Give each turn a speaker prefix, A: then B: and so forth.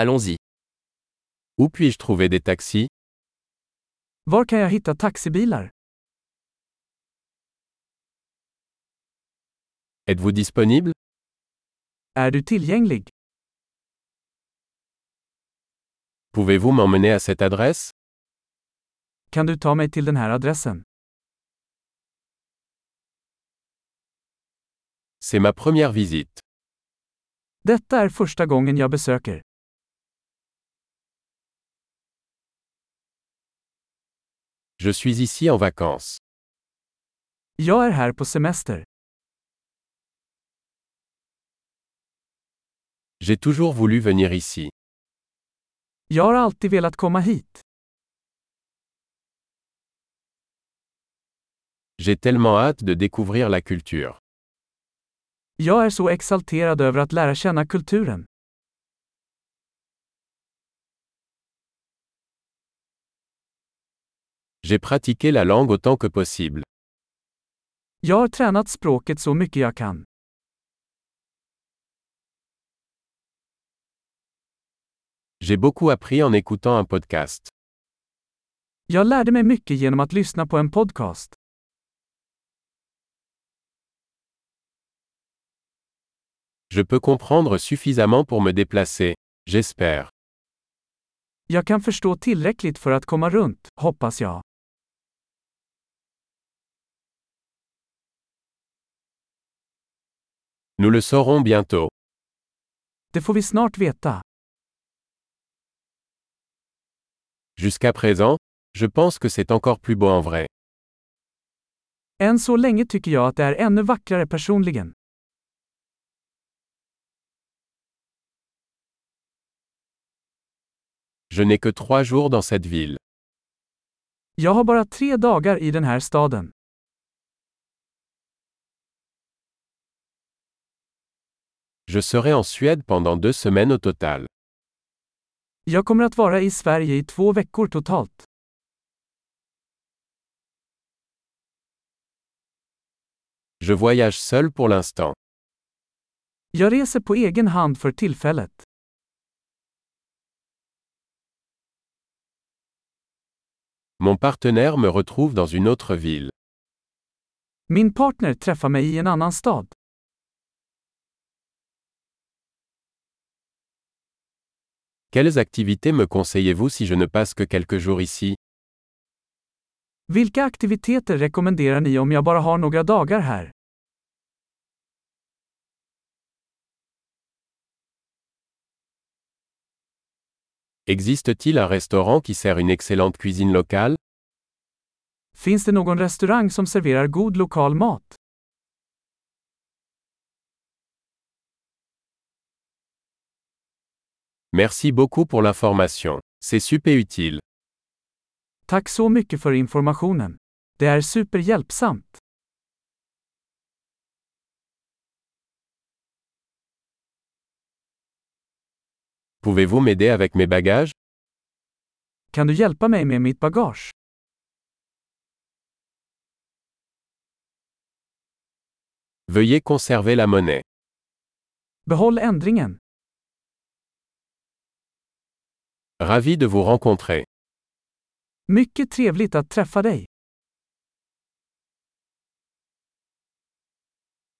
A: Allons-y. Où puis-je trouver des taxis
B: Var kan jag hitta taxibilar?
A: Êtes-vous disponible
B: Är du tillgänglig?
A: Pouvez-vous m'emmener à cette adresse
B: Kan du ta mig till den här adressen?
A: C'est ma première visite.
B: Detta är första gången jag besöker.
A: Je suis ici en vacances.
B: Jag är här på semester.
A: J'ai toujours voulu venir ici.
B: Jag har alltid velat komma hit.
A: J'ai tellement hâte de découvrir la culture.
B: Jag är så exalterad över att lära känna kulturen.
A: J'ai pratiqué la langue autant que possible.
B: Jag har tränat språket så mycket jag kan.
A: J'ai beaucoup appris en écoutant un podcast.
B: Jag lärde mig mycket genom att lyssna på en podcast.
A: Je peux comprendre suffisamment pour me déplacer. J'espère.
B: Jag kan förstå tillräckligt för att komma runt, hoppas jag.
A: Nous le saurons bientôt.
B: Det får vi snart veta.
A: Jusqu'à présent, je pense que c'est encore plus beau en vrai.
B: Än så länge tycker jag att det är ännu vackrare personligen.
A: Je n'ai que trois jours dans cette ville.
B: Jag har bara tre dagar i den här staden.
A: Je serai en Suède pendant deux semaines au total.
B: Jag kommer att vara i Sverige i två veckor totalt.
A: Je voyage seul pour l'instant.
B: Jag reser på egen hand för tillfället.
A: Mon partenaire me retrouve dans une autre ville.
B: Min partner träffar mig i en annan stad.
A: Quelles activités me conseillez-vous si je ne passe que quelques jours ici
B: Vilka aktiviteter rekommenderar ni om jag bara har några dagar här?
A: Existe-t-il un restaurant qui sert une excellente cuisine locale
B: Finns det någon restaurang som serverar god lokal mat?
A: Merci beaucoup pour l'information. C'est super utile.
B: Tack så mycket för informationen. Det är superhjälpsamt.
A: Pouvez-vous m'aider avec mes bagages
B: Kan du hjälpa mig med mitt bagage?
A: Veuillez conserver la monnaie.
B: Behåll ändringen.
A: Ravi de vous rencontrer.
B: Mycket trevligt att träffa dig.